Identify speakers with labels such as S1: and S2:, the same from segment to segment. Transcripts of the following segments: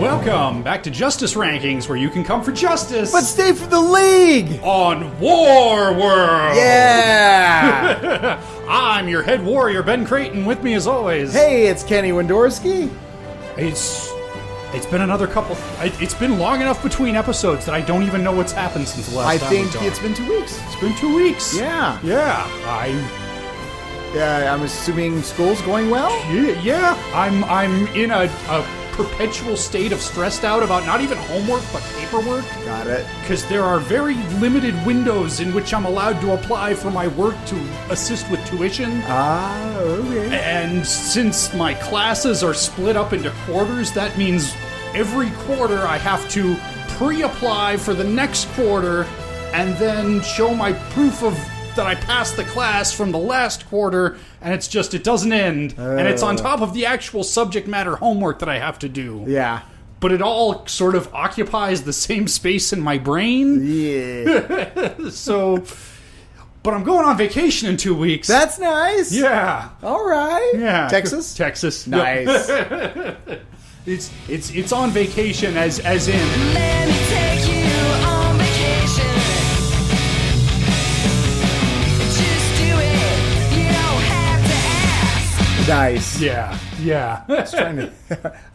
S1: Welcome back to Justice Rankings, where you can come for justice
S2: But stay for the league!
S1: on War World.
S2: Yeah!
S1: I'm your head warrior, Ben Creighton. With me as always.
S2: hey, it's Kenny Wendorski.
S1: it's it's been another couple. It, it's been long enough between episodes that I don't even know what's happened since the last
S2: I
S1: time
S2: think
S1: we've done.
S2: it's been two weeks.
S1: it's been two weeks.
S2: Yeah.
S1: yeah. I
S2: Yeah, I'm assuming school's going well?
S1: yeah, yeah. I'm I'm in a, a perpetual state of stressed out about not even homework but paperwork.
S2: Got it.
S1: because there are very limited windows in which I'm allowed to apply for my work to assist with tuition.
S2: Ah, okay.
S1: And since my classes are split up into quarters, that means every quarter I have to pre apply for the next quarter and then show my proof of that I passed the class from the last quarter, and it's just, it doesn't end. and it's on top of the actual subject matter homework that I have to do
S2: Yeah.
S1: but it all sort of occupies the same space in my brain.
S2: Yeah.
S1: So, but I'm going on vacation in two weeks.
S2: That's nice.
S1: yeah,
S2: All right.
S1: yeah,
S2: Texas?
S1: Texas, Yep.
S2: Nice.
S1: It's it's it's on vacation as as in
S3: Let me take you on vacation. Just do it. You don't have to ask.
S2: nice.
S1: yeah yeah.
S2: Trying to-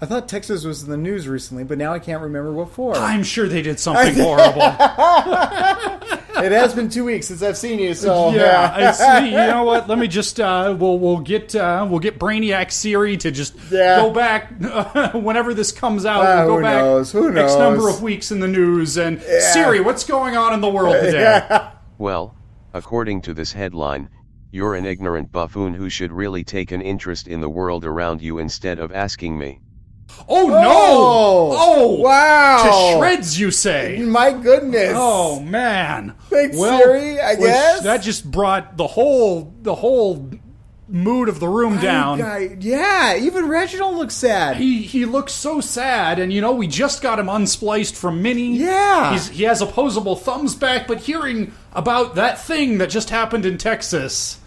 S2: I thought Texas was in the news recently, but now I can't remember what for.
S1: I'm sure they did something horrible.
S2: it has been two weeks since I've seen you, so.
S1: yeah, I see. You know what? Let me just uh, we'll we'll get uh, we'll get Brainiac Siri to just
S2: Yeah.
S1: go back whenever this comes out. we'll
S2: Ah,
S1: go
S2: who
S1: back
S2: knows? Who
S1: X number
S2: knows?
S1: of weeks in the news and Siri, what's going on in the world today?
S4: Well, according to this headline, you're an ignorant buffoon who should really take an interest in the world around you instead of asking me.
S1: Oh no!
S2: Oh,
S1: Oh
S2: wow.
S1: To shreds, you say?
S2: My goodness.
S1: Oh man!
S2: Thanks, Siri, I
S1: which-
S2: guess.
S1: that just brought the whole the whole mood of the room down.
S2: Guy- yeah, even Reginald looks sad.
S1: He he looks so sad, and you know we just got him unspliced from Minnie.
S2: Yeah.
S1: he's, he has opposable thumbs back. But hearing about that thing that just happened in Texas,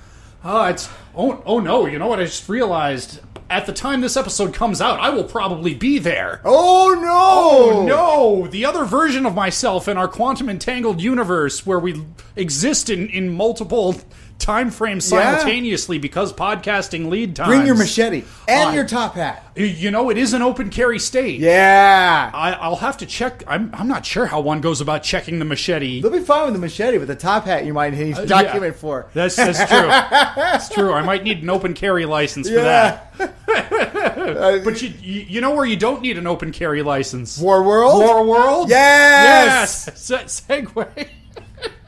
S1: uh, it's oh oh no! You know what I just realized? At the time this episode comes out, I will probably be there.
S2: oh no!
S1: Oh no! The other version of myself in our quantum entangled universe, where we exist in in multiple time frames
S2: Yeah.
S1: simultaneously because podcasting lead times.
S2: Bring your machete and
S1: I-
S2: your top hat.
S1: You know, it is an open carry state.
S2: Yeah.
S1: I, I'll have to check. I'm, I'm not sure how one goes about checking the machete.
S2: They'll be fine with the machete, but the top hat you might need to document
S1: Uh, Yeah.
S2: for.
S1: That's, that's true. That's true. I might need an open carry license for that. But you, you you know where you don't need an open carry license?
S2: War World?
S1: War World?
S2: Yes!
S1: Yes! Se- segue.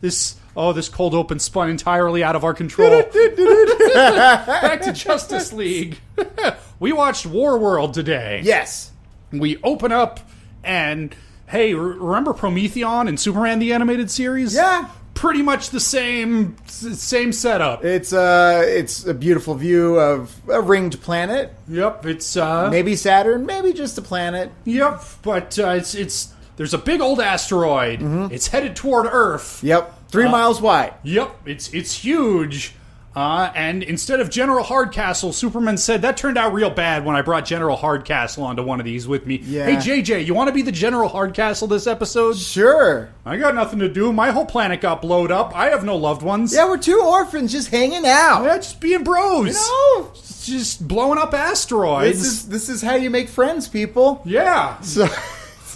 S1: this. Oh, this cold open spun entirely out of our control. Back to Justice League. we watched War World today.
S2: Yes.
S1: we open up and hey re- remember prometheon and superman the animated series
S2: Yeah.
S1: pretty much the same s- same setup
S2: It's uh it's a beautiful view of a ringed planet.
S1: yep it's uh
S2: Maybe Saturn, maybe just a planet.
S1: yep but uh, it's it's there's a big old asteroid
S2: Mm-hmm.
S1: it's headed toward earth
S2: Yep. Three
S1: Uh.
S2: miles wide.
S1: yep it's it's huge uh, and instead of General Hardcastle, Superman said that turned out real bad when I brought General Hardcastle onto one of these with me.
S2: Yeah.
S1: Hey JJ, you want to be the General Hardcastle this episode?
S2: Sure.
S1: I got nothing to do. My whole planet got blowed up. I have no loved ones.
S2: Yeah, we're two orphans just hanging out.
S1: Yeah, just being bros.
S2: No.
S1: Just blowing up asteroids.
S2: This is this is how you make friends, people.
S1: yeah.
S2: So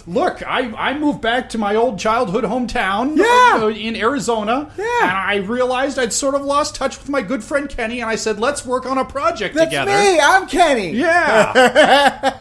S1: Look, I, I moved back to my old childhood hometown
S2: Yeah.
S1: uh, in Arizona.
S2: Yeah.
S1: And I realized I'd sort of lost touch with my good friend Kenny, and I said, let's work on a project
S2: That's
S1: together.
S2: me. I'm Kenny.
S1: Yeah.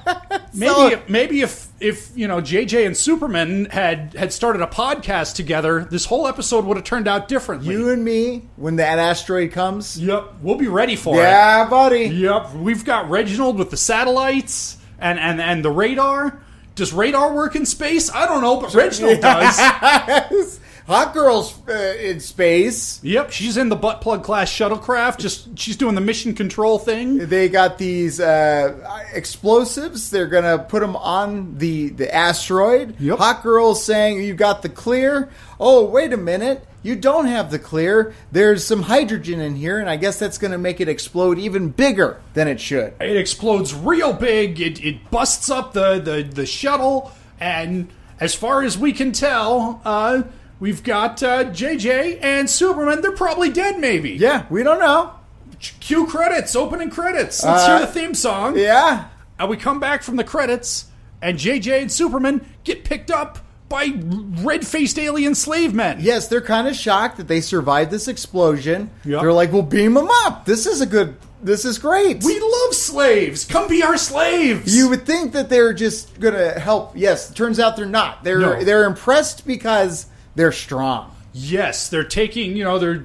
S1: maybe maybe if if you know JJ and Superman had had started a podcast together, this whole episode would have turned out differently.
S2: You and me when that asteroid comes.
S1: yep, we'll be ready for it.
S2: Yeah, buddy.
S1: Yep, we've got Reginald with the satellites and and and the radar. Does radar work in space? I don't know, but Reginald does.
S2: Hot girls uh, in space.
S1: Yep, she's in the butt plug class shuttlecraft. Just she's doing the mission control thing.
S2: They got these uh, explosives. They're gonna put them on the the asteroid.
S1: Yep.
S2: Hot girls saying, "You got the clear." Oh, wait a minute. you don't have the clear. There's some hydrogen in here, and I guess that's going to make it explode even bigger than it should.
S1: It explodes real big. It, it busts up the, the, the shuttle. And as far as we can tell, uh, we've got uh, JJ and Superman. They're probably dead, maybe.
S2: Yeah, we don't know.
S1: Cue credits, opening credits. Let's
S2: Uh,
S1: hear the theme song.
S2: Yeah.
S1: And we come back from the credits, and JJ and Superman get picked up by red faced alien slave men.
S2: Yes, they're kind of shocked that they survived this explosion.
S1: Yeah.
S2: They're like, "Well, beam them up. This is a good. This is great."
S1: We love slaves. Come be our slaves.
S2: you would think that they're just going to help. Yes, turns out they're not. They're
S1: No.
S2: they're impressed because they're strong.
S1: Yes, they're taking, you know, they're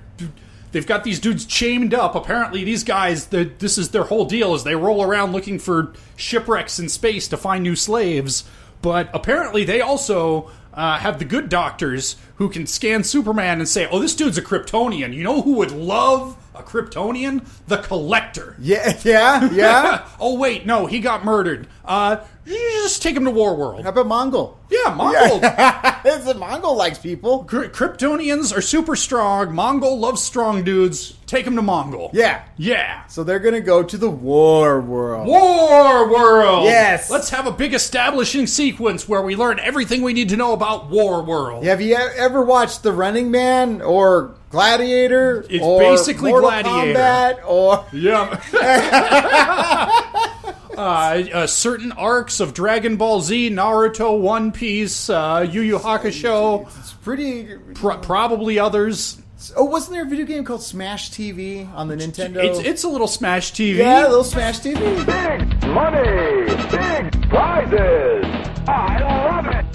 S1: they've got these dudes chained up. Apparently, these guys, the- this is their whole deal is they roll around looking for shipwrecks in space to find new slaves. But apparently, they also uh, have the good doctors who can scan Superman and say, "Oh, this dude's a Kryptonian." You know who would love a Kryptonian? The Collector.
S2: Yeah, yeah, yeah.
S1: oh wait, no, he got murdered. Uh, you just take him to War World.
S2: How about Mongol?
S1: Yeah, Mongol.
S2: It's that Mongol likes people.
S1: Kry- Kryptonians are super strong. Mongol loves strong dudes. Take them to Mongol.
S2: Yeah.
S1: Yeah.
S2: So they're going to go to the war world.
S1: War World.
S2: Yes.
S1: Let's have a big establishing sequence where we learn everything we need to know about War World.
S2: Have you e- ever watched The Running Man or Gladiator?
S1: It's
S2: or
S1: basically
S2: Mortal
S1: Gladiator.
S2: Kombat or
S1: Yeah. uh, uh, certain arcs of Dragon Ball Z, Naruto, One Piece, uh, Yu Yu Hakusho,
S2: it's pretty.
S1: pro- probably others.
S2: Oh, wasn't there a video game called Smash TV on the Nintendo?
S1: It's it's a little Smash TV.
S2: yeah, little Smash TV.
S5: Big money, big prizes. I love it.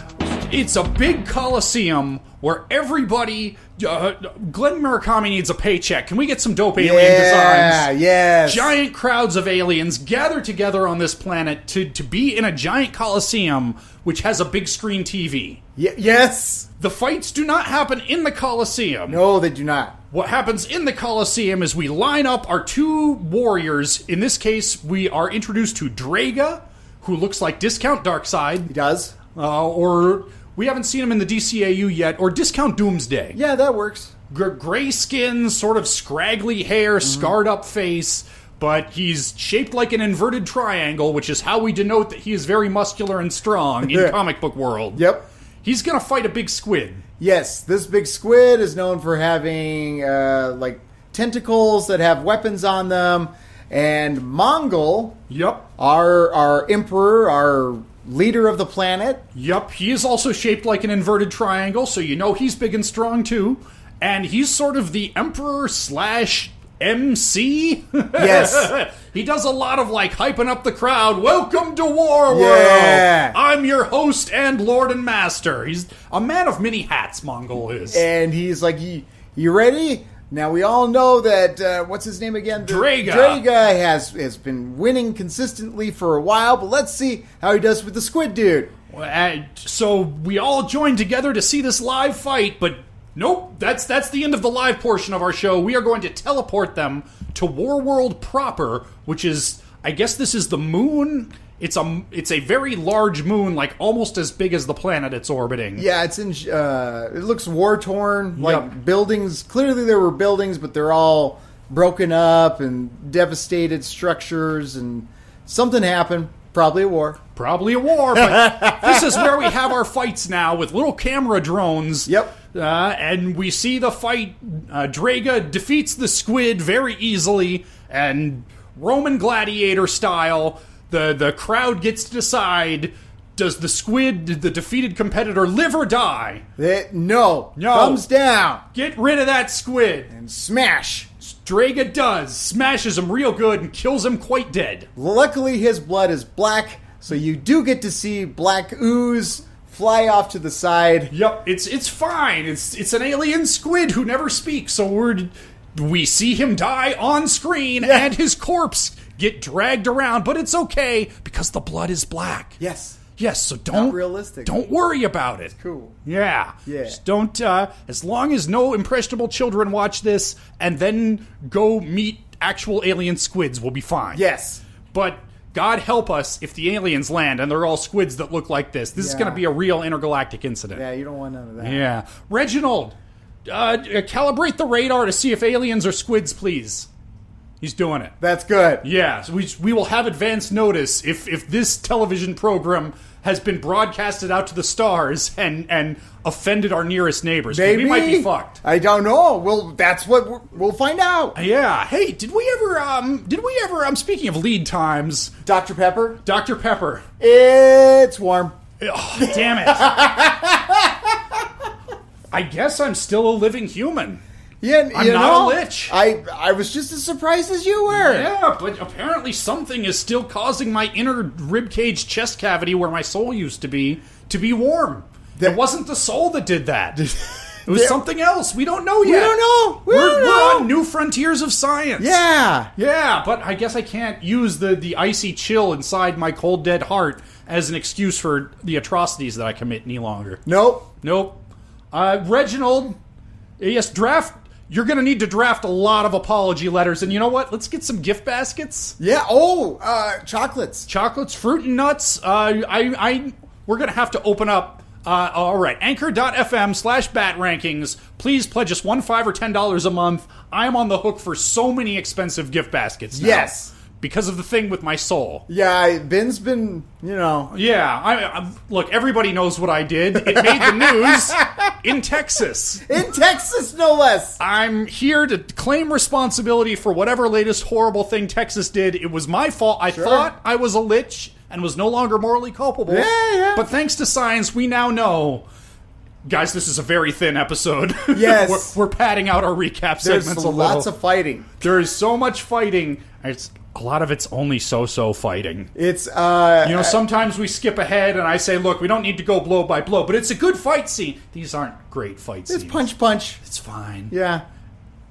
S1: It's a big coliseum where everybody. Uh, Glenn Murakami needs a paycheck. Can we get some dope alien
S2: yeah,
S1: designs?
S2: yes.
S1: Giant crowds of aliens gather together on this planet to, to be in a giant coliseum which has a big screen TV.
S2: Ye- yes.
S1: The fights do not happen in the coliseum.
S2: No, they do not.
S1: What happens in the Colosseum is we line up our two warriors. In this case, we are introduced to Draga, who looks like Discount Darkseid.
S2: He does.
S1: Uh, or we haven't seen him in the DCAU yet, or Discount Doomsday.
S2: Yeah, that works.
S1: Gr- gray skin, sort of scraggly hair,
S2: Mm-hmm.
S1: scarred up face, but he's shaped like an inverted triangle, which is how we denote that he is very muscular and strong in
S2: Yeah.
S1: comic book world.
S2: Yep.
S1: He's gonna fight a big squid.
S2: Yes, this big squid is known for having uh, like tentacles that have weapons on them, and Mongol,
S1: Yep.
S2: our our emperor, our leader of the planet.
S1: Yep, he is also shaped like an inverted triangle, so you know he's big and strong too. And he's sort of the emperor slash MC.
S2: Yes.
S1: he does a lot of like hyping up the crowd. Welcome to War World.
S2: Yeah.
S1: I'm your host and lord and master. He's a man of many hats. Mongol is
S2: and he's like, "You, you ready?" Now we all know that uh, what's his name again? The-
S1: Draga.
S2: Draga has has been winning consistently for a while, but let's see how he does with the squid dude.
S1: And so we all join together to see this live fight, but nope, that's that's the end of the live portion of our show. We are going to teleport them to War World proper, which is I guess this is the moon. It's a it's a very large moon, like almost as big as the planet it's orbiting.
S2: Yeah, it's in. Uh, it looks war torn. Like
S1: Yep.
S2: buildings. Clearly, there were buildings, but they're all broken up and devastated structures, and something happened. Probably a war.
S1: Probably a war, but this is where we have our fights now with little camera drones.
S2: Yep.
S1: Uh, and we see the fight. Uh, Draga defeats the squid very easily, and Roman gladiator style, the, the crowd gets to decide does the squid, did the defeated competitor, live or die?
S2: It, no,
S1: No.
S2: thumbs down,
S1: Get rid of that squid. And
S2: smash.
S1: Draga does, smashes him real good, and kills him quite dead.
S2: Luckily, his blood is black, so you do get to see black ooze fly off to the side.
S1: Yep, it's it's fine. It's it's an alien squid who never speaks. So we're we see him die on screen and his corpse get dragged around, but it's okay because the blood is black.
S2: Yes.
S1: Yes, so don't
S2: realistic.
S1: Don't worry about it.
S2: Cool.
S1: Yeah.
S2: Yeah.
S1: Just don't uh as long as no impressionable children watch this and then go meet actual alien squids, we'll be fine.
S2: Yes.
S1: But God help us if the aliens land and they're all squids that look like this. This is
S2: Yeah.
S1: going to be a real intergalactic incident.
S2: Yeah, you don't want none of that.
S1: Yeah. Reginald, uh, calibrate the radar to see if aliens are squids, please. He's doing it.
S2: That's good.
S1: Yeah, so we, we will have advance notice if, if this television program has been broadcasted out to the stars and, and offended our nearest neighbors. 'cause
S2: Maybe
S1: We might be fucked.
S2: I don't know. Well, that's what we're, we'll find out.
S1: Yeah. Hey, did we ever, um, did we ever, I'm speaking of lead times,
S2: Dr. Pepper,
S1: Dr. Pepper.
S2: it's warm.
S1: Oh, damn it. I guess I'm still a living human.
S2: Yeah, and,
S1: I'm
S2: you
S1: not a
S2: know,
S1: lich.
S2: I I was just as surprised as you were.
S1: Yeah, but apparently something is still causing my inner ribcage chest cavity where my soul used to be to be warm. it
S2: That-
S1: wasn't the soul that did that. It was something else. We don't know yet.
S2: We don't know. We
S1: are
S2: don't know.
S1: we're on new frontiers of science.
S2: Yeah.
S1: Yeah, but I guess I can't use the, the icy chill inside my cold dead heart as an excuse for the atrocities that I commit any longer.
S2: Nope.
S1: Nope. Uh, Reginald, yes, draft. You're going to need to draft a lot of apology letters. And you know what? Let's get some gift baskets.
S2: Yeah. Oh, uh, chocolates.
S1: Chocolates, fruit, and nuts. Uh, I, I, we're going to have to open up. Uh, all right, anchor.fm slash bat rankings. Please pledge us one, five, or ten dollars a month. I'm on the hook for so many expensive gift baskets. now
S2: Yes.
S1: Because of the thing with my soul.
S2: Yeah. I, Ben's been, you know.
S1: Yeah, I, I, look, everybody knows what I did. It made the news in Texas.
S2: In Texas, no less.
S1: I'm here to claim responsibility for whatever latest horrible thing Texas did. It was my fault. I thought I was a lich and was no longer morally culpable.
S2: Yeah, yeah.
S1: But thanks to science, we now know. Guys, this is a very thin episode.
S2: Yes.
S1: we're, we're padding out our recap
S2: There's
S1: segments a little.
S2: lots of fighting.
S1: there is so much fighting. It's a lot of it's only so-so fighting.
S2: It's uh,
S1: You know, sometimes we skip ahead, and I say, "Look, we don't need to go blow by blow," but it's a good fight scene. These aren't great fight
S2: it's
S1: scenes.
S2: punch punch.
S1: It's fine.
S2: Yeah.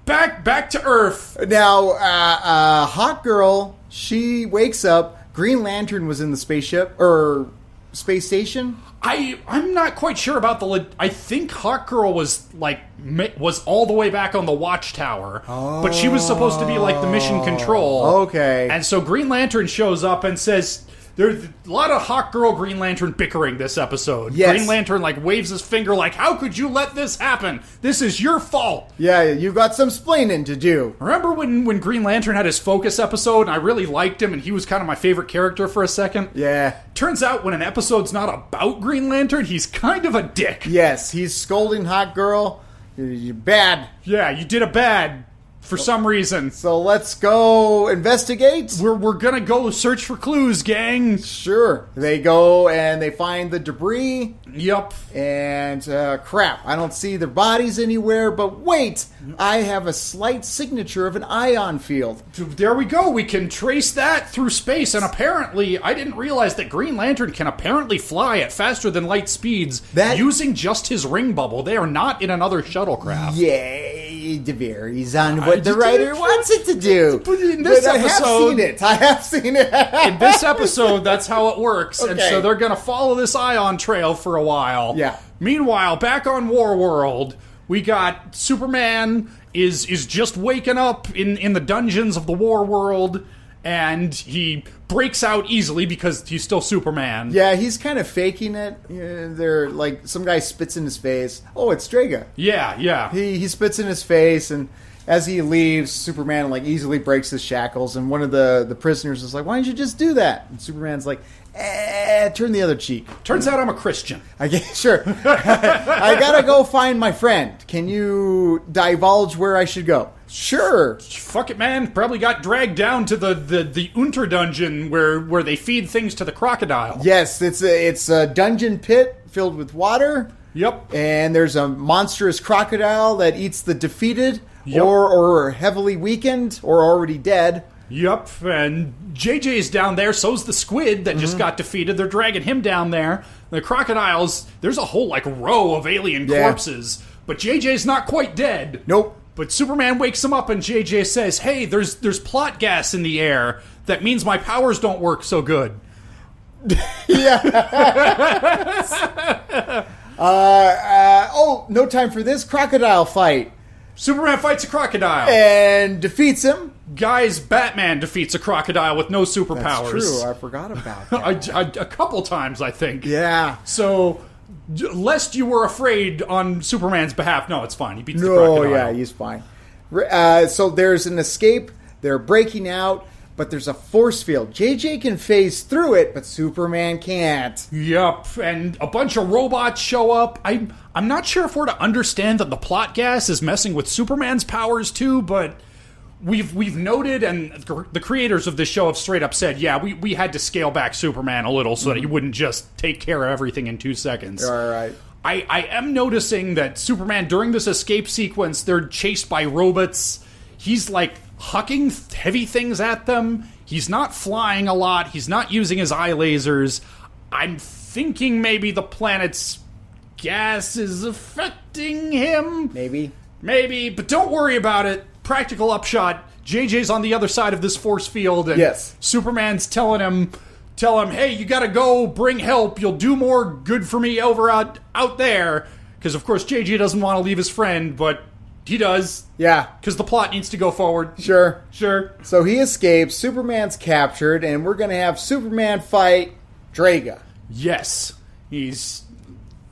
S1: Back, back to Earth.
S2: Now, uh, uh, Hot Girl, she wakes up. Green Lantern was in the spaceship or space station.
S1: I I'm not quite sure about the. le- I think Hawk Girl was like mi- was all the way back on the watchtower, but she was supposed to be like the mission control.
S2: Oh. Okay.
S1: and so Green Lantern shows up and says. There's a lot of Hawk Girl Green Lantern bickering this episode.
S2: Yes.
S1: Green Lantern like waves his finger like, "How could you let this happen? This is your fault."
S2: Yeah, you got some splaining to do.
S1: Remember when when Green Lantern had his focus episode and I really liked him and he was kind of my favorite character for a second?
S2: Yeah.
S1: Turns out when an episode's not about Green Lantern, he's kind of a dick.
S2: Yes, he's scolding Hot Girl. You're- You're bad.
S1: Yeah, you did a bad for some reason.
S2: So let's go investigate.
S1: We're, we're gonna go search for clues, gang.
S2: Sure. They go and they find the debris
S1: Yup.
S2: and uh, crap. I don't see their bodies anywhere, but wait, I have a slight signature of an ion field.
S1: There we go. We can trace that through space, and apparently, I didn't realize that Green Lantern can apparently fly at faster than light speeds
S2: That-
S1: using just his ring bubble. They are not in another shuttlecraft.
S2: Yay, it varies on
S1: I
S2: what the
S1: did
S2: writer
S1: it.
S2: wants it to do.
S1: But in this
S2: I
S1: episode-
S2: have seen it. I have seen it.
S1: In this episode, that's how it works, and
S2: Okay.
S1: so they're gonna follow this ion trail for a while.
S2: Yeah.
S1: Meanwhile, back on War World, we got Superman is is just waking up in in the dungeons of the War World, and he breaks out easily because he's still Superman.
S2: yeah, he's kind of faking it. Yeah, They're like some guy spits in his face. Oh, it's Draga.
S1: yeah, yeah.
S2: he he spits in his face and as he leaves superman like easily breaks his shackles and one of the the prisoners is like why didn't you just do that and superman's like eh, turn the other cheek
S1: Turns out I'm a Christian.
S2: i guess sure i gotta go find my friend can you divulge where i should go sure
S1: Fuck it, man. Probably got dragged down to the the the Unter dungeon where where they feed things to the crocodile.
S2: yes it's a it's a dungeon pit filled with water
S1: Yep.
S2: and there's a monstrous crocodile that eats the defeated
S1: Yep.
S2: or or heavily weakened or already dead
S1: Yep, and JJ's down there, so's the squid that
S2: Mm-hmm.
S1: just got defeated. They're dragging him down there. The crocodiles, there's a whole like row of alien
S2: Yeah.
S1: corpses, but JJ's not quite dead.
S2: nope
S1: But Superman wakes him up and JJ says, "Hey, there's there's plot gas in the air. That means my powers don't work so good."
S2: uh, oh, no time for this crocodile fight,
S1: Superman fights a crocodile.
S2: Eh. and defeats him.
S1: Guys, Batman defeats a crocodile with no superpowers. Oh,
S2: That's true. I forgot about that.
S1: A- a- a couple times, I think.
S2: yeah.
S1: So d- lest you were afraid on Superman's behalf. No, it's fine. He beats the
S2: No,
S1: crocodile.
S2: yeah, he's fine. R- Uh, so there's an escape. They're breaking out, but there's a force field. JJ can phase through it, but Superman can't.
S1: Yep, and a bunch of robots show up. I'm I'm not sure if we're to understand that the plot gas is messing with Superman's powers too, but we've we've noted and the creators of this show have straight up said, yeah, we, we had to scale back Superman a little so that he wouldn't just take care of everything in two seconds.
S2: All Mm-hmm. right.
S1: I, I am noticing that Superman during this escape sequence, they're chased by robots. He's like hucking th- heavy things at them. He's not flying a lot. He's not using his eye lasers. I'm thinking maybe the planet's gas is affecting him.
S2: Maybe.
S1: Maybe, but don't worry about it. Practical upshot. JJ's on the other side of this force field, and
S2: Yes.
S1: Superman's telling him, "Tell him, hey, you gotta go. Bring help. You'll do more good for me over out out there." Because of course JJ doesn't want to leave his friend, but he does.
S2: Yeah,
S1: Because the plot needs to go forward.
S2: sure.
S1: Sure.
S2: So he escapes. Superman's captured, and we're going to have Superman fight Draga.
S1: Yes, he's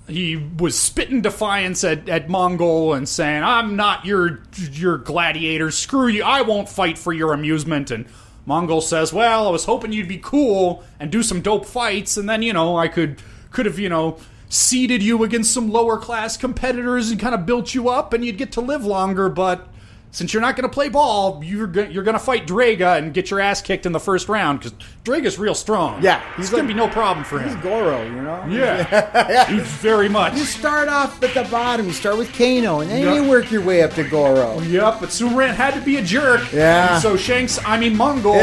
S1: he was spitting defiance at, at Mongol and saying, "I'm not your your gladiator. Screw you. I won't fight for your amusement." And Mongol says, "Well, I was hoping you'd be cool and do some dope fights, and then you know I could could have you know." Seeded you against some lower class competitors and kind of built you up, and you'd get to live longer. But since you're not going to play ball, you're go- you're going to fight Draga and get your ass kicked in the first round because Draga's real strong.
S2: Yeah,
S1: he's
S2: he's
S1: going to
S2: like-
S1: be no problem for him.
S2: Goro, you know?
S1: Yeah. He's very much.
S2: You start off at the bottom. You start with Kano, and then
S1: Yeah.
S2: you work your way up to Goro.
S1: Yep, but Superman had to be a jerk.
S2: Yeah.
S1: And so Shanks, I mean Mongol,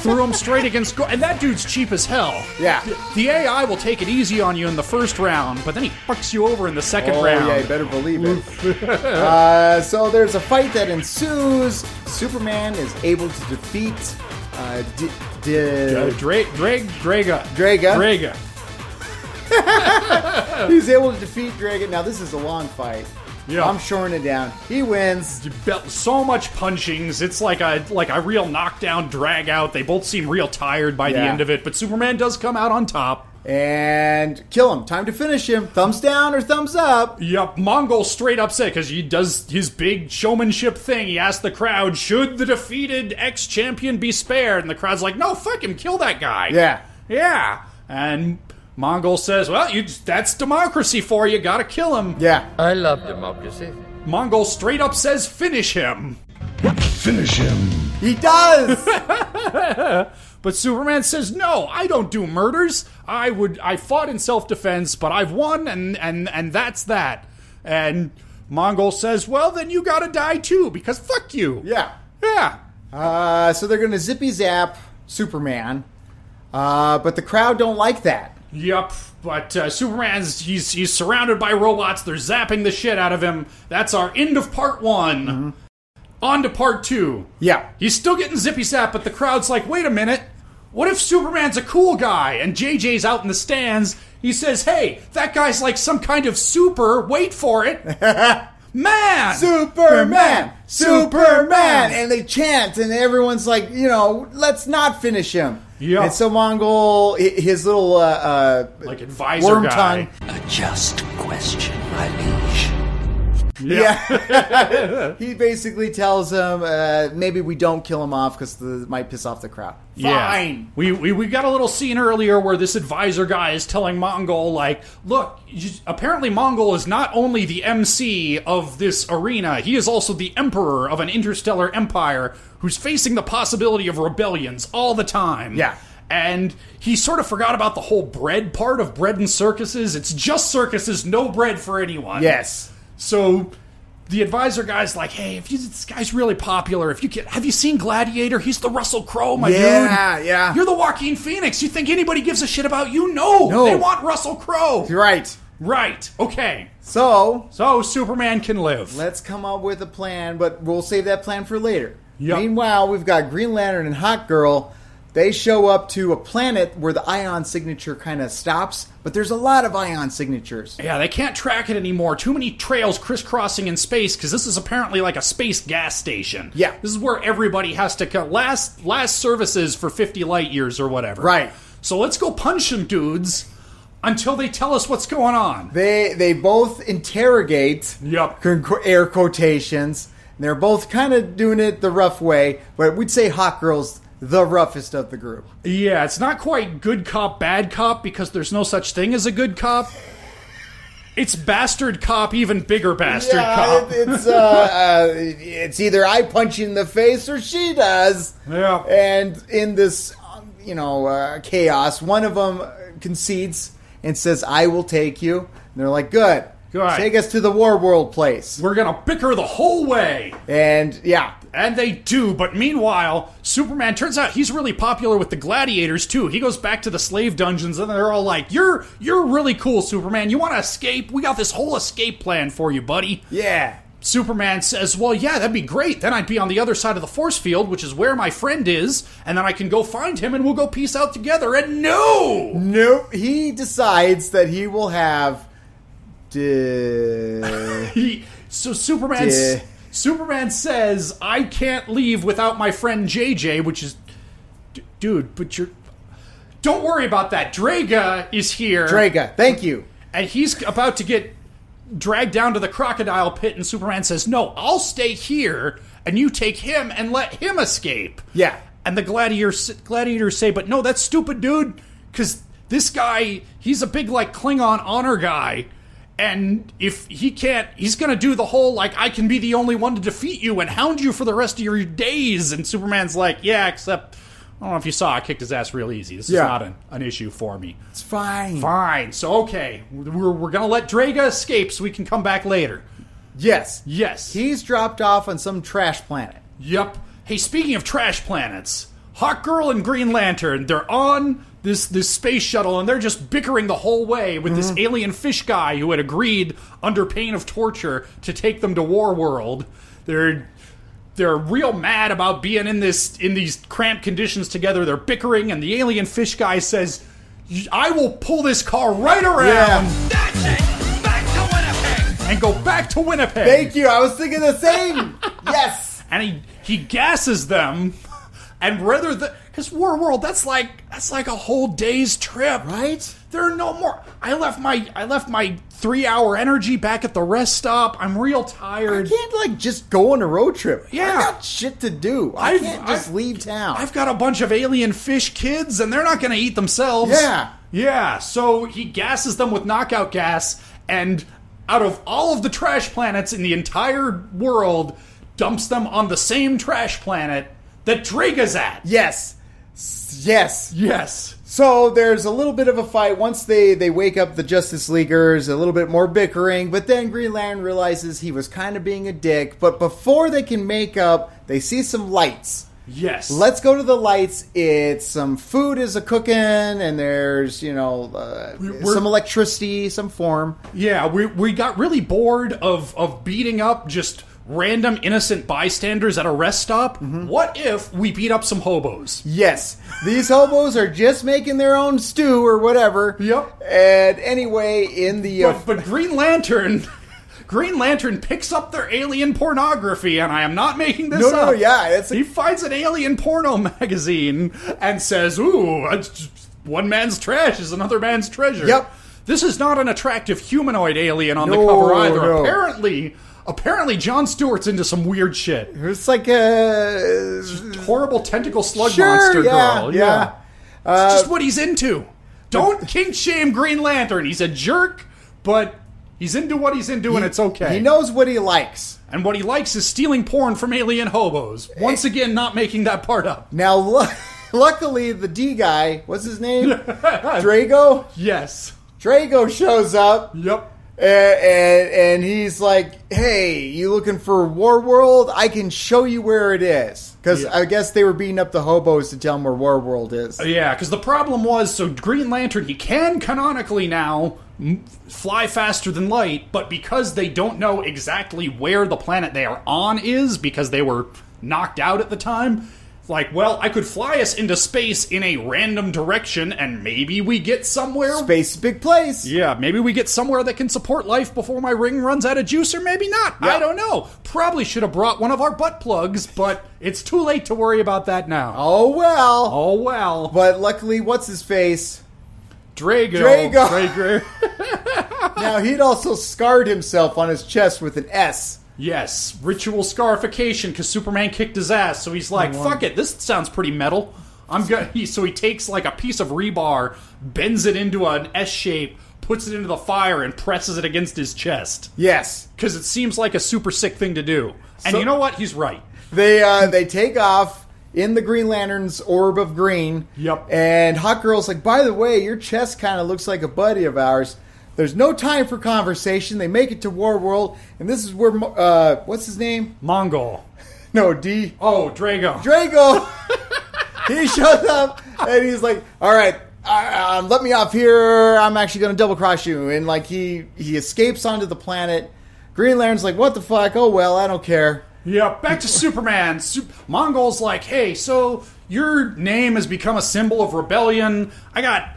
S1: threw him straight against. Go- and that dude's cheap as hell.
S2: Yeah.
S1: The, the AI will take it easy on you in the first round, but then he fucks you over in the second
S2: Oh,
S1: round.
S2: yeah, you better believe it. uh, so there's a fight that ensues. Superman is able to defeat uh, D-
S1: Uh,
S2: D-
S1: Dra- Drag- Draga.
S2: Draga.
S1: Draga.
S2: He's able to defeat Dragon. Now, this is a long fight.
S1: Yeah.
S2: I'm shoring it down. He wins.
S1: Be- So much punchings. It's like a like a real knockdown, drag out. They both seem real tired by the
S2: Yeah.
S1: end of it, but Superman does come out on top.
S2: And kill him. Time to finish him. Thumbs down or thumbs up.
S1: Yep, Mongol straight up said because he does his big showmanship thing. He asked the crowd, "Should the defeated ex champion be spared?" And the crowd's like, "No, fuck him, kill that guy."
S2: Yeah.
S1: yeah. And Mongol says, "Well, you, that's democracy for you. Gotta kill him."
S2: Yeah.
S6: I love democracy.
S1: Mongol straight up says, "Finish him."
S7: Finish him.
S2: He does.
S1: But Superman says, "No, I don't do murders. I would I fought in self-defense, but I've won and and and that's that." And Mongol says, "Well, then you got to die too because fuck you."
S2: yeah.
S1: Yeah.
S2: Uh, so they're going to zippy zap Superman. Uh, but the crowd don't like that.
S1: Yep. But uh, Superman's he's he's surrounded by robots. They're zapping the shit out of him. That's our end of part one. On to part two.
S2: Mm-hmm. Yeah.
S1: He's still getting zippy zap, but the crowd's like, wait a minute. What if Superman's a cool guy and JJ's out in the stands? He says, hey, that guy's like some kind of super, wait for it, man!
S2: Superman! Superman! And they chant, and everyone's like, you know, let's not finish him.
S1: Yeah.
S2: And so Mongol, hi- his little uh, uh,
S1: Like advisor
S2: worm
S1: guy.
S2: tongue.
S8: A just question, my liege.
S2: Yeah. he basically tells him, uh, maybe we don't kill him off because it might piss off the crowd. Fine.
S1: Yeah. We, we we got a little scene earlier where this advisor guy is telling Mongol like, look, you, apparently Mongol is not only the MC of this arena, he is also the emperor of an interstellar empire who's facing the possibility of rebellions all the time.
S2: Yeah.
S1: And he sort of forgot about the whole bread part of bread and circuses. It's just circuses, no bread for anyone.
S2: Yes.
S1: So the advisor guy's like, "Hey, if you, this guy's really popular, if you can, have you seen Gladiator? He's the Russell Crowe, my
S2: Yeah,
S1: dude.
S2: yeah.
S1: You're the Joaquin Phoenix. You think anybody gives a shit about you? No,
S2: No.
S1: they want Russell Crowe.
S2: You're right.
S1: Right? Okay.
S2: So
S1: So Superman can live.
S2: let's come up with a plan, but we'll save that plan for later.
S1: Yep.
S2: Meanwhile, we've got Green Lantern and Hot Girl. They show up to a planet where the ion signature kind of stops, but there's a lot of ion signatures.
S1: yeah, they can't track it anymore. Too many trails crisscrossing in space because this is apparently like a space gas station.
S2: Yeah.
S1: this is where everybody has to co- last last services for fifty light years or whatever.
S2: Right.
S1: So let's go punch some dudes. until they tell us what's going on.
S2: They they both interrogate.
S1: Yep.
S2: con- Air quotations. And they're both kind of doing it the rough way, but we'd say Hot Girl's the roughest of the group.
S1: Yeah, it's not quite good cop, bad cop because there's no such thing as a good cop. It's bastard cop, even bigger bastard cop.
S2: it- it's uh, uh, it's either I punch you in the face or she does.
S1: Yeah.
S2: And in this, um, you know, uh, chaos, one of them concedes and says, "I will take you." And they're like, "Good,
S1: Good.
S2: Take us to the war world place."
S1: We're gonna bicker the whole way.
S2: And yeah,
S1: And they do, but meanwhile, Superman turns out he's really popular with the gladiators too. He goes back to the slave dungeons and they're all like, "You're you're really cool, Superman. You want to escape? We got this whole escape plan for you, buddy."
S2: yeah,
S1: Superman says, "Well, yeah, that'd be great. Then I'd be on the other side of the force field, which is where my friend is, and then I can go find him and we'll go peace out together." And no!
S2: nope. He decides that he will have. di-
S1: He so Superman
S2: Yeah.
S1: Superman says, "I can't leave without my friend JJ," which is D- dude, but you're Don't worry about that. Draga is here.
S2: Draga, thank you.
S1: and he's about to get dragged down to the crocodile pit and Superman says, "No, I'll stay here and you take him and let him escape."
S2: Yeah.
S1: And the gladiators gladiators say, "But no, that's stupid, dude, cuz this guy, he's a big like Klingon honor guy." And if he can't, he's gonna do the whole like I can be the only one to defeat you and hound you for the rest of your days. And Superman's like, yeah, except I don't know if you saw, I kicked his ass real easy. This
S2: Yeah.
S1: is not an, an issue for me.
S2: It's fine.
S1: Fine. So okay, we're, we're gonna let Draga escape so we can come back later.
S2: Yes.
S1: Yes.
S2: He's dropped off on some trash planet.
S1: yep. Hey, speaking of trash planets, Hawk Girl and Green Lantern, they're on this this space shuttle and they're just bickering the whole way with this alien fish guy who had agreed under pain of torture to take them to War World. They're they're real mad about being in this in these cramped conditions together. They're bickering and the alien fish guy says, "I will pull this car right around."
S6: That's it! Back to Winnipeg!
S1: and go back to Winnipeg.
S2: Thank you. I was thinking the same. yes.
S1: and he he gasses them, and rather than because War World, that's like that's like a whole day's trip,
S2: Right?
S1: There are no more. I left my I left my three hour energy back at the rest stop. I'm real
S2: I
S1: tired.
S2: can't like just go on a road trip.
S1: Yeah.
S2: I got shit to do. I
S1: I've-
S2: can't just
S1: I've-
S2: leave town.
S1: I've got a bunch of alien fish kids, and they're not going to eat themselves.
S2: Yeah.
S1: yeah. So he gasses them with knockout gas, and out of all of the trash planets in the entire world, dumps them on the same trash planet that Draga's at.
S2: yes. S- Yes.
S1: Yes.
S2: So there's a little bit of a fight once they they wake up the Justice Leaguers, a little bit more bickering, but then Green Lantern realizes he was kind of being a dick, but before they can make up, they see some lights.
S1: Yes.
S2: Let's go to the lights. It's some food is a cooking, and there's you know uh,
S1: we're-
S2: some electricity, some form.
S1: Yeah, we we got really bored of of beating up just random innocent bystanders at a rest stop.
S2: Mm-hmm.
S1: What if we beat up some hobos?
S2: Yes, these hobos are just making their own stew or whatever.
S1: Yep.
S2: And anyway, in the uh,
S1: But, but Green Lantern. Green Lantern picks up their alien pornography, and I am not making this
S2: no,
S1: up.
S2: no, yeah, it's
S1: He finds an alien porno magazine and says, Ooh, it's- one man's trash is another man's treasure.
S2: Yep.
S1: This is not an attractive humanoid alien on the
S2: No,
S1: cover either.
S2: no.
S1: Apparently, apparently, John Stewart's into some weird shit.
S2: it's like uh, a
S1: Horrible tentacle slug
S2: sure,
S1: monster
S2: yeah, Uh,
S1: girl.
S2: yeah.
S1: It's just what he's into. Don't kink shame Green Lantern. He's a jerk, but he's into what he's into and it's okay.
S2: He knows what he likes.
S1: and what he likes is stealing porn from alien
S2: Eh.
S1: hobos. Once again, not making that part up.
S2: Now, lu luckily, the D guy, what's his name? Drago.
S1: Yes.
S2: Drago shows up.
S1: Yep.
S2: And, and, and he's like, "Hey, you looking for War World? I can show you where it is." Because
S1: Yeah. Uh,
S2: I guess they were beating up the hobos to tell them where War World is.
S1: Yeah, because the problem was so Green Lantern, he can canonically now m- fly faster than light, but because they don't know exactly where the planet they are on is, because they were knocked out at the time, it's like, well, I could fly us into space in a random direction and maybe we get somewhere.
S2: Space is a big place.
S1: Yeah, maybe we get somewhere that can support life before my ring runs out of juice, or maybe not. I don't know. Probably should have brought one of our butt plugs, but it's too late to worry about that now.
S2: Oh well.
S1: Oh well.
S2: But luckily, what's his face?
S1: Drago.
S2: Drago.
S1: Drager.
S2: Now, he'd also scarred himself on his chest with an S.
S1: Yes, ritual scarification because Superman kicked his ass, so he's like, "Fuck it, this sounds pretty metal." I'm going He, so he takes like a piece of rebar, bends it into an S shape, puts it into the fire, and presses it against his chest
S2: Yes.
S1: because it seems like a super sick thing to do. And
S2: So-
S1: you know what? He's right.
S2: They uh, they take off in the Green Lantern's orb of green.
S1: Yep.
S2: And Hot Girl's like, by the way, your chest kind of looks like a buddy of ours. There's no time for conversation. They make it to War World, and this is where Mo- uh, what's his name?
S1: Mongol.
S2: No, D.
S1: Oh, Drago.
S2: Drago. he shows up and he's like, "All right, uh, um, let me off here. I'm actually going to double cross you." And like he he escapes onto the planet. Green Lantern's like, "What the fuck? Oh well, I don't care."
S1: Yeah, back to Superman. Sup- Mongol's like, hey, so your name has become a symbol of rebellion. I got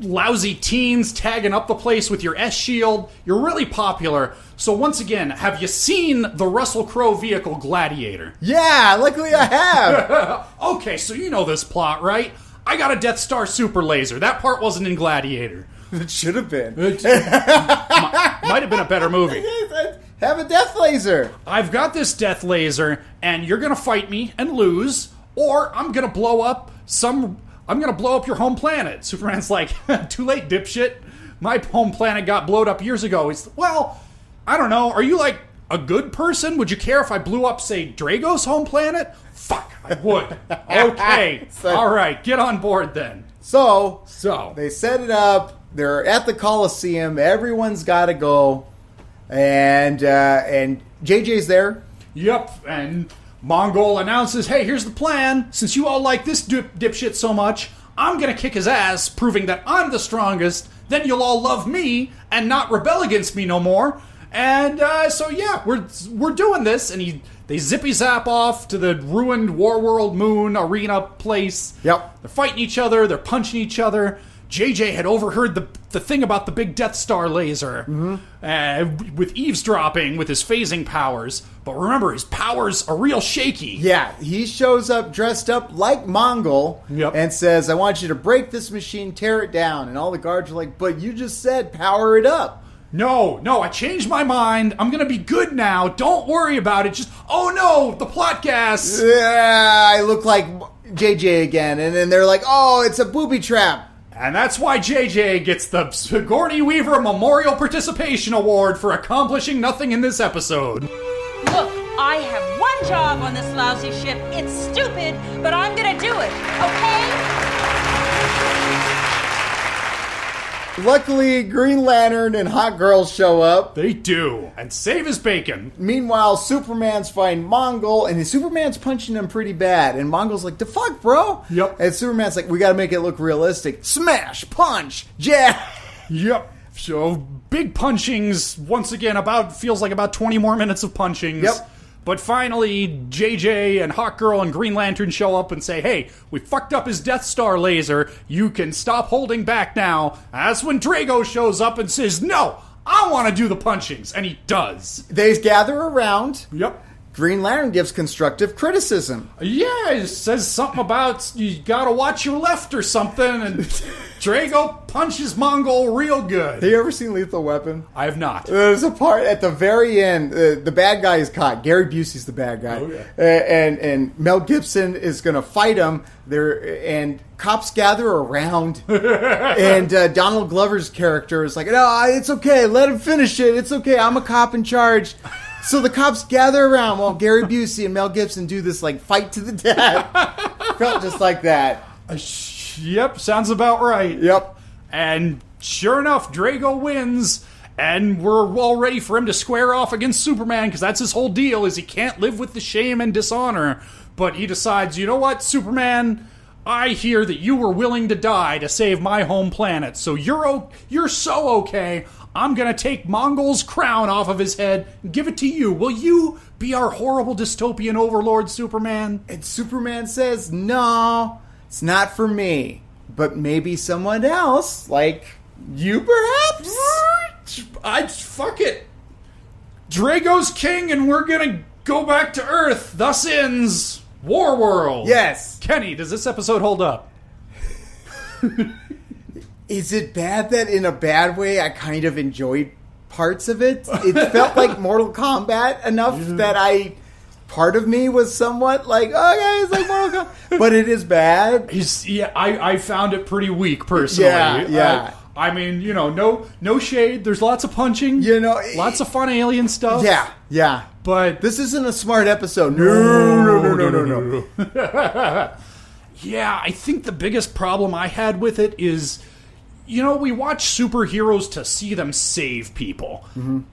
S1: lousy teens tagging up the place with your S shield. You're really popular. So, once again, have you seen the Russell Crowe vehicle Gladiator?
S2: Yeah, luckily I have.
S1: Okay, so you know this plot, right? I got a Death Star super laser. That part wasn't in Gladiator.
S2: it should have been.
S1: It mi- might have been a better movie.
S2: Have a death laser.
S1: I've got this death laser, and you're gonna fight me and lose, or I'm gonna blow up some. I'm gonna blow up your home planet. Superman's like, too late, dipshit. My home planet got blowed up years ago. He's well, I don't know. Are you like a good person? Would you care if I blew up, say, Drago's home planet? Fuck, I would. okay,
S2: So-
S1: all right, get on board then.
S2: So
S1: So
S2: they set it up. They're at the Coliseum. Everyone's got to go, and uh, and JJ's there.
S1: Yep, and Mongol announces, "Hey, here's the plan. Since you all like this dip- dipshit so much, I'm gonna kick his ass, proving that I'm the strongest. Then you'll all love me and not rebel against me no more." And uh, so yeah, we're we're doing this, and he they zippy zap off to the ruined Warworld Moon Arena place.
S2: Yep.
S1: They're fighting each other. They're punching each other. JJ had overheard the the thing about the big Death Star laser
S2: Mm-hmm.
S1: uh, with eavesdropping with his phasing powers. But remember, his powers are real shaky.
S2: Yeah, he shows up dressed up like Mongol
S1: Yep.
S2: and says, I want you to break this machine, tear it down. And all the guards are like, But you just said power it up.
S1: No, no, I changed my mind. I'm gonna be good now. Don't worry about it. Just oh no, the plot gas.
S2: Yeah, I look like JJ again. And then they're like, Oh, it's a booby trap.
S1: And that's why JJ gets the Sigourney Weaver Memorial Participation Award for accomplishing nothing in this episode.
S3: Look, I have one job on this lousy ship. It's stupid, but I'm gonna do it, okay?
S2: Luckily, Green Lantern and Hot Girl show up.
S1: They do. And save his bacon.
S2: Meanwhile, Superman's fighting Mongol, and Superman's punching him pretty bad. And Mongol's like, "The fuck, bro!"
S1: Yep.
S2: And Superman's like, "We got to make it look realistic. Smash, punch, jab."
S1: Yep. So big punchings once again. About feels like about twenty more minutes of punchings.
S2: Yep.
S1: But finally, JJ and Hawk Girl and Green Lantern show up and say, "Hey, we fucked up his Death Star laser. You can stop holding back now." That's when Drago shows up and says, "No, I want to do the punchings," and he does.
S2: They gather around.
S1: Yep.
S2: Green Lantern gives constructive criticism.
S1: Yeah, it says something about you gotta watch your left or something, and Drago punches Mongol real good.
S2: Have you ever seen Lethal Weapon?
S1: I have not.
S2: There's a part at the very end. Uh, the bad guy is caught. Gary Busey's the bad guy,
S1: Oh, yeah.
S2: Uh, and and Mel Gibson is going to fight him. There and cops gather around, and uh, Donald Glover's character is like, "No, it's okay. Let him finish it. It's okay. I'm a cop in charge." So the cops gather around while Gary Busey and Mel Gibson do this like fight to the death, felt just like that.
S1: Uh, sh- Yep, sounds about right.
S2: Yep.
S1: And sure enough, Drago wins, and we're all ready for him to square off against Superman because that's his whole deal: is he can't live with the shame and dishonor. But he decides, you know what, Superman? I hear that you were willing to die to save my home planet, so you're o- you're so okay. I'm gonna take Mongol's crown off of his head, and give it to you. Will you be our horrible dystopian overlord, Superman?
S2: And Superman says, No, it's not for me, but maybe someone else, like you perhaps?
S1: I fuck it. Drago's king, and we're gonna go back to Earth. Thus ends War World.
S2: Yes.
S1: Kenny, does this episode hold up?
S2: Is it bad that in a bad way I kind of enjoyed parts of it? It felt like Mortal Kombat enough that I part of me was somewhat like, okay, it's like Mortal Kombat, but it is bad.
S1: He's, yeah, I, I found it pretty weak personally. Uh,
S2: Yeah, yeah.
S1: I, I mean, you know, no no shade. There's lots of punching.
S2: You know, it-
S1: lots of fun alien stuff.
S2: Yeah, yeah.
S1: but
S2: This isn't a smart episode. No, no, no, no, no, no. no.
S1: Yeah, I think the biggest problem I had with it is, you know, we watch superheroes to see them save people.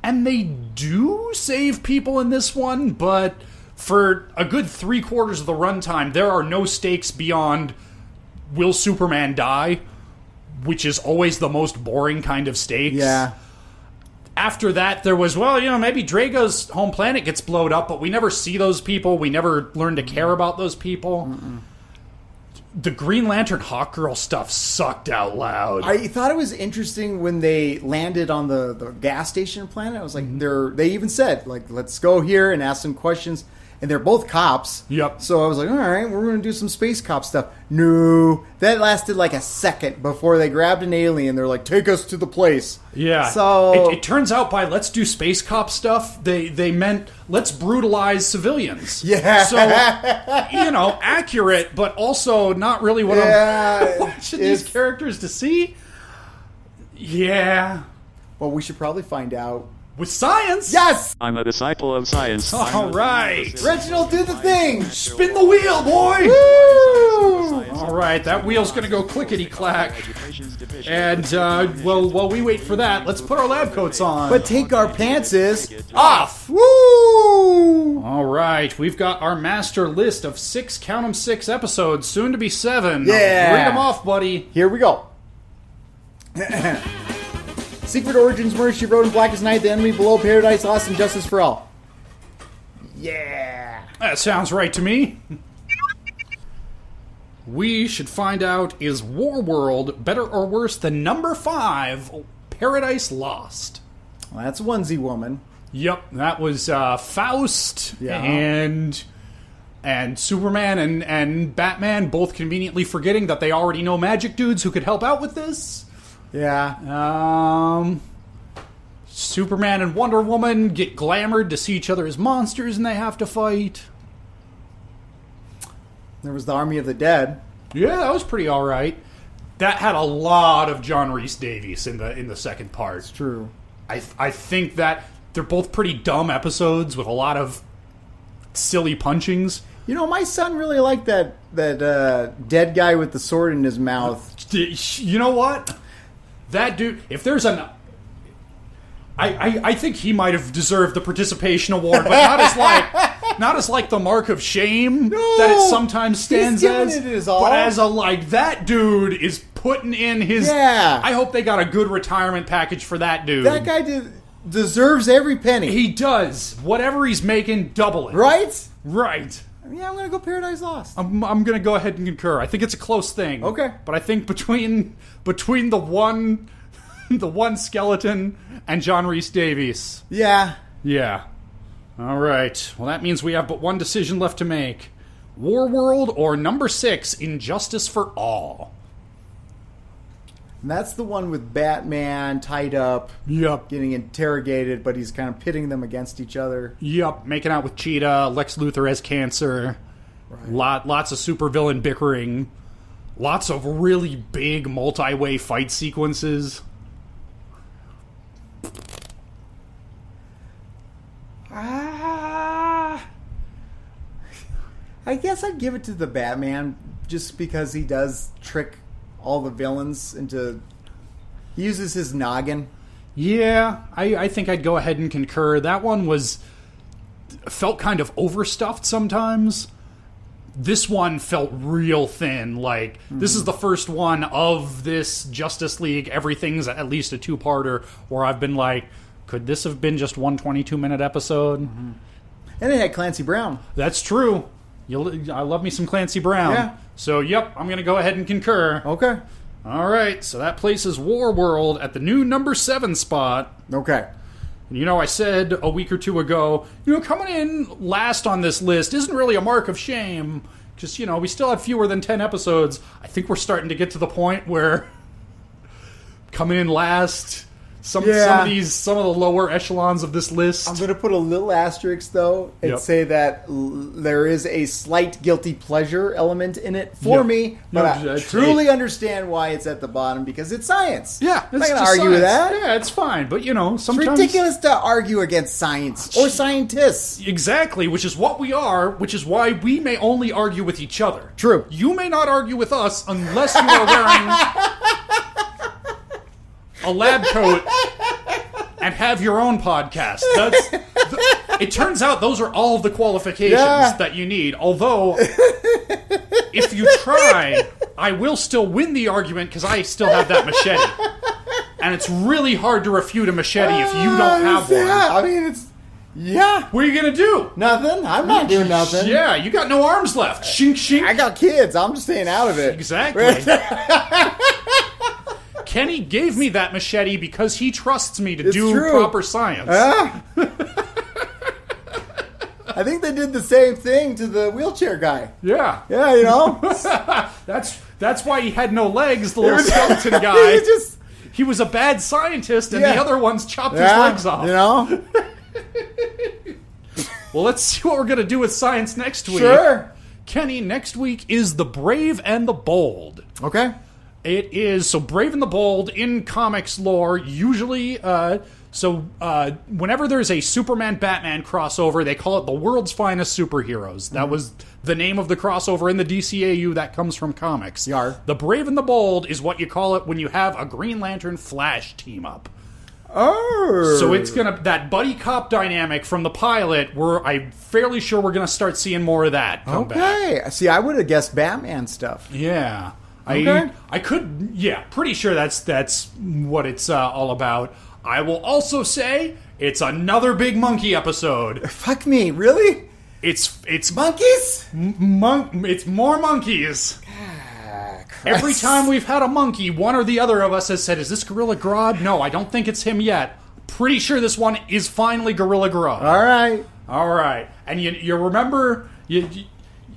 S1: And they do save people in this one, but for a good three quarters of the runtime, there are no stakes beyond will Superman die? Which is always the most boring kind of stakes.
S2: Yeah.
S1: After that, there was, well, you know, maybe Drago's home planet gets blowed up, but we never see those people. We never learn to care about those people the Green Lantern Hawk Girl stuff sucked out loud.
S2: I thought it was interesting when they landed on the, the gas station planet. I was like,
S1: Mm-hmm.
S2: they're they even said like, let's go here and ask some questions. And they're both cops.
S1: Yep.
S2: So I was like, all right, we're going to do some space cop stuff. No, that lasted like a second before they grabbed an alien. They're like, take us to the place.
S1: yeah.
S2: So
S1: it, it turns out by let's do space cop stuff, they they meant let's brutalize civilians.
S2: Yeah.
S1: So you know, accurate, but also not really what
S2: Yeah,
S1: I'm watching these
S2: it's-
S1: characters to see. Yeah.
S2: well, we should probably find out.
S1: With science.
S2: Yes,
S9: I'm a disciple of science.
S1: All right.
S2: Reginald, do the thing.
S1: Spin the wheel, boy.
S2: Woo!
S1: All right, that wheel's gonna go clickety clack.
S9: Education's division.
S1: And uh, well, while we wait for that, let's put our lab coats on.
S2: But take our pantses
S1: off.
S2: Woo!
S1: All right, we've got our master list of six, count 'em, six episodes, soon to be seven.
S2: Yeah.
S1: Read them off, buddy.
S2: Here we go. Secret Origins, Murder She Wrote, and Blackest Night, The Enemy Below, Paradise Lost, and Justice for All. Yeah.
S1: That sounds right to me. we should find out is War World better or worse than number five, Paradise Lost?
S2: Well, that's onesie woman.
S1: Yep, that was uh, Faust
S2: Yeah.
S1: and and Superman and and Batman both conveniently forgetting that they already know magic dudes who could help out with this.
S2: Yeah.
S1: Um, Superman and Wonder Woman get glamored to see each other as monsters, and they have to fight.
S2: There was the Army of the Dead.
S1: Yeah, that was pretty all right. That had a lot of John Reese Davies in the in the second part.
S2: True.
S1: I I think that they're both pretty dumb episodes with a lot of silly punchings.
S2: You know, my son really liked that that uh, dead guy with the sword in his mouth.
S1: You know what? That dude. If there's an I, I, I think he might have deserved the participation award, but not as like not as like the mark of shame that it sometimes
S2: He's
S1: stands
S2: given
S1: as,
S2: it his all.
S1: but as a like that dude is putting in his.
S2: Yeah.
S1: I hope they got a good retirement package for that dude.
S2: That guy de- deserves every penny,
S1: he does whatever he's making, double it.
S2: right?
S1: right.
S2: Yeah, I'm gonna go Paradise Lost.
S1: I'm, I'm gonna go ahead and concur. I think it's a close thing.
S2: Okay.
S1: but I think between between the one the one skeleton and John Reese Davies.
S2: yeah.
S1: Yeah. All right. Well, that means we have but one decision left to make: War World or number six, Injustice for All.
S2: And that's the one with Batman tied up,
S1: Yep.
S2: getting interrogated, but he's kind of pitting them against each other.
S1: Yep. Making out with Cheetah. Lex Luthor has cancer. Lot lots of supervillain bickering. Lots of really big multi-way fight sequences.
S2: I guess I'd give it to the Batman just because he does trick all the villains into. He uses his noggin.
S1: Yeah, I, I think I'd go ahead and concur. That one was felt kind of overstuffed sometimes. This one felt real thin. Like this is the first one of this Justice League. Everything's at least a two-parter. Where I've been like, could this have been just one 22-minute episode?
S2: And it had Clancy Brown.
S1: That's true. You, I love me some Clancy Brown.
S2: Yeah.
S1: So, yep, I'm gonna go ahead and concur.
S2: Okay.
S1: All right. So that places War World at the new number seven spot.
S2: Okay.
S1: You know, I said a week or two ago, you know, coming in last on this list isn't really a mark of shame. Just, you know, we still have fewer than 10 episodes. I think we're starting to get to the point where coming in last. Some, some
S2: Yeah.
S1: of these, some of the lower echelons of this l
S2: I'm
S1: list.
S2: going to put a little asterisk though and
S1: Yep.
S2: say that l- there is a slight guilty pleasure element in it for
S1: Yeah.
S2: me,
S1: No,
S2: but I
S1: it's- it's-
S2: truly understand why it's at the bottom because it's science.
S1: Yeah,
S2: I'm
S1: it's
S2: not going to
S1: just
S2: argue with
S1: science.
S2: that.
S1: Yeah, it's fine, but you know,
S2: It's
S1: sometimes
S2: ridiculous to argue against science or scientists.
S1: Exactly, which is what we are, which is why we may only argue with each other.
S2: True.
S1: You may not argue with us unless you are wearing a lab coat and have your own podcast. That's. th- it turns out those are all of the qualifications
S2: Yeah.
S1: that you need. Although, if you try, I will still win the argument because I still have that machete. And it's really hard to refute a machete if you don't have one.
S2: Uh, Yeah, I mean it's yeah,
S1: What are you going to do?
S2: nothing. I'm not doing nothing.
S1: Yeah, you got no arms left. Shink, shink.
S2: I got kids. I'm staying out of it.
S1: exactly. Kenny gave me that machete because he trusts me to do
S2: true.
S1: proper science.
S2: I think they did the same thing to the wheelchair guy.
S1: yeah.
S2: Yeah, you know,
S1: that's that's why he had no legs. The little skeleton guy.
S2: He just-
S1: He was a bad scientist, and the
S2: Yeah.
S1: other ones chopped
S2: Yeah,
S1: his legs off.
S2: You know,
S1: Well, let's see what we're gonna do with science next week.
S2: sure.
S1: Kenny, next week is the brave and the bold.
S2: Okay.
S1: It is so Brave and the Bold in comics lore usually uh so uh whenever there's a Superman Batman crossover, they call it the world's finest superheroes. That was the name of the crossover in the DCAU that comes from comics.
S2: Yar.
S1: The Brave and the Bold is what you call it when you have a Green Lantern Flash team up.
S2: Oh,
S1: So it's gonna that buddy cop dynamic from the pilot, we're I'm fairly sure we're gonna start seeing more of that come back.
S2: okay. See, I would have guessed Batman stuff.
S1: Yeah. I
S2: Okay.
S1: I could yeah, pretty sure that's that's what it's uh, all about. I will also say it's another big monkey episode.
S2: Fuck me, really?
S1: It's it's
S2: Monkeys?
S1: mon- it's more monkeys. Every time we've had a monkey, one or the other of us has said, "Is this Gorilla Grodd?" No, I don't think it's him yet. Pretty sure this one is finally Gorilla Grodd.
S2: All right.
S1: All right, and you you remember you, you-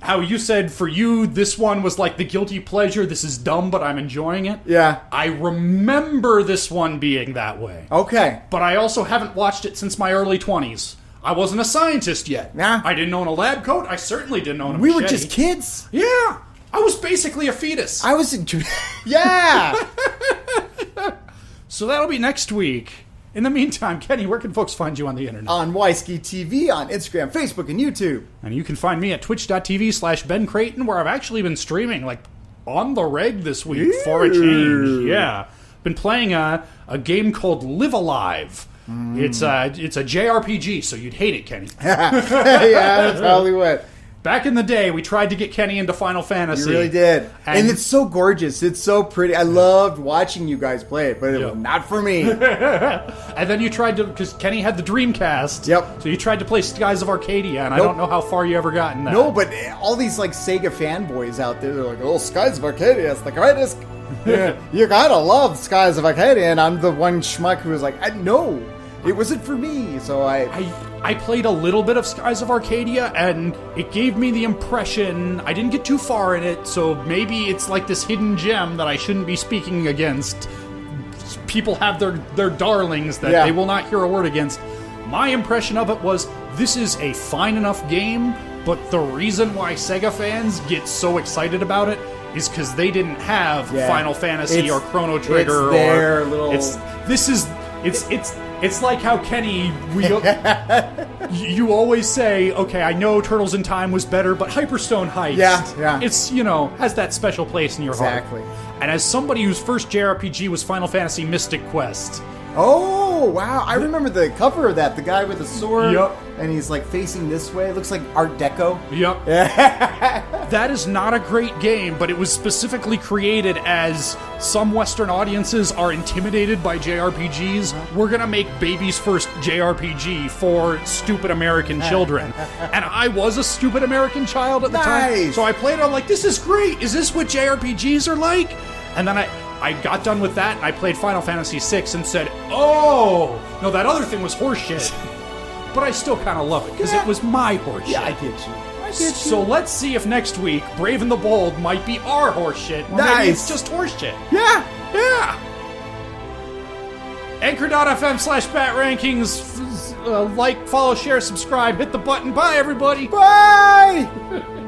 S1: how you said for you this one was like the guilty pleasure. This is dumb, but I'm enjoying it.
S2: Yeah.
S1: I remember this one being that way,
S2: Oh. Okay.
S1: but I also haven't watched it since my early twenties. I wasn't a scientist yet.
S2: Nah.
S1: I didn't own a lab coat. I certainly didn't own a.
S2: We were
S1: machete.
S2: just kids.
S1: Yeah, I was basically a fetus.
S2: I was. In- yeah.
S1: so that'll be next week. In the meantime, Kenny, where can folks find you on the internet?
S2: on Wyski TV on Instagram, Facebook, and YouTube.
S1: And you can find me at twitch.tv slash Ben Creighton, where I've actually been streaming like on the reg this week for a change. Yeah. Been playing a, a game called Live Alive.
S2: Mm.
S1: It's a, it's a JRPG, so you'd hate it, Kenny.
S2: yeah, that's probably what.
S1: Back in the day, we tried to get Kenny into Final Fantasy.
S2: You really did. And,
S1: And-
S2: it's so gorgeous. It's so pretty. I loved watching you guys play it, but it
S1: Yeah.
S2: was not for me.
S1: And then you tried to, because Kenny had the Dreamcast.
S2: Yep.
S1: So you tried to play Skies of Arcadia, and I
S2: Nope.
S1: don't know how far you ever got in that.
S2: no, but all these like Sega fanboys out there, they're like, oh, Skies of Arcadia is the greatest. Yeah, you gotta love Skies of Arcadia. And I'm the one schmuck who was like, I, no, it wasn't for me. So I.
S1: I, I played a little bit of Skies of Arcadia, and it gave me the impression I didn't get too far in it, so maybe it's like this hidden gem that I shouldn't be speaking against. People have their, their darlings that
S2: Yeah.
S1: they will not hear a word against. My impression of it was this is a fine enough game, but the reason why Sega fans get so excited about it is because they didn't have
S2: Yeah.
S1: Final Fantasy
S2: It's-
S1: or Chrono
S2: it's
S1: Trigger
S2: their
S1: or
S2: little-
S1: it's this is it's it's it's like how Kenny we y- you always say okay I know Turtles in Time was better but Hyperstone Heist
S2: Yeah, yeah.
S1: it's you know has that special place in your
S2: Exactly.
S1: heart and as somebody whose first JRPG was Final Fantasy Mystic Quest
S2: Oh, wow. I remember the cover of that. The guy with the sword.
S1: Yep.
S2: And he's like facing this way. It looks like Art Deco.
S1: yep that is not a great game but it was specifically created as some Western audiences are intimidated by
S2: Uh-huh.
S1: JRPGs we're gonna make baby's first JRPG for stupid American children and I was a stupid American child at the time
S2: Nice.
S1: so I played it I'm like this is great is this what JRPGs are like and then I I got done with that and I played Final Fantasy VI and said oh no that other thing was horseshit but I still kind of love it because it was my horseshit
S2: Yeah, I get you. I get you.
S1: so let's see if next week Brave and the Bold might be our horseshit. Or Maybe
S2: Nice.
S1: it's just horseshit.
S2: yeah.
S1: Yeah. Anchor.fm slash bat rankings. Uh, like, follow, share, subscribe, hit the button. Bye, everybody.
S2: Bye!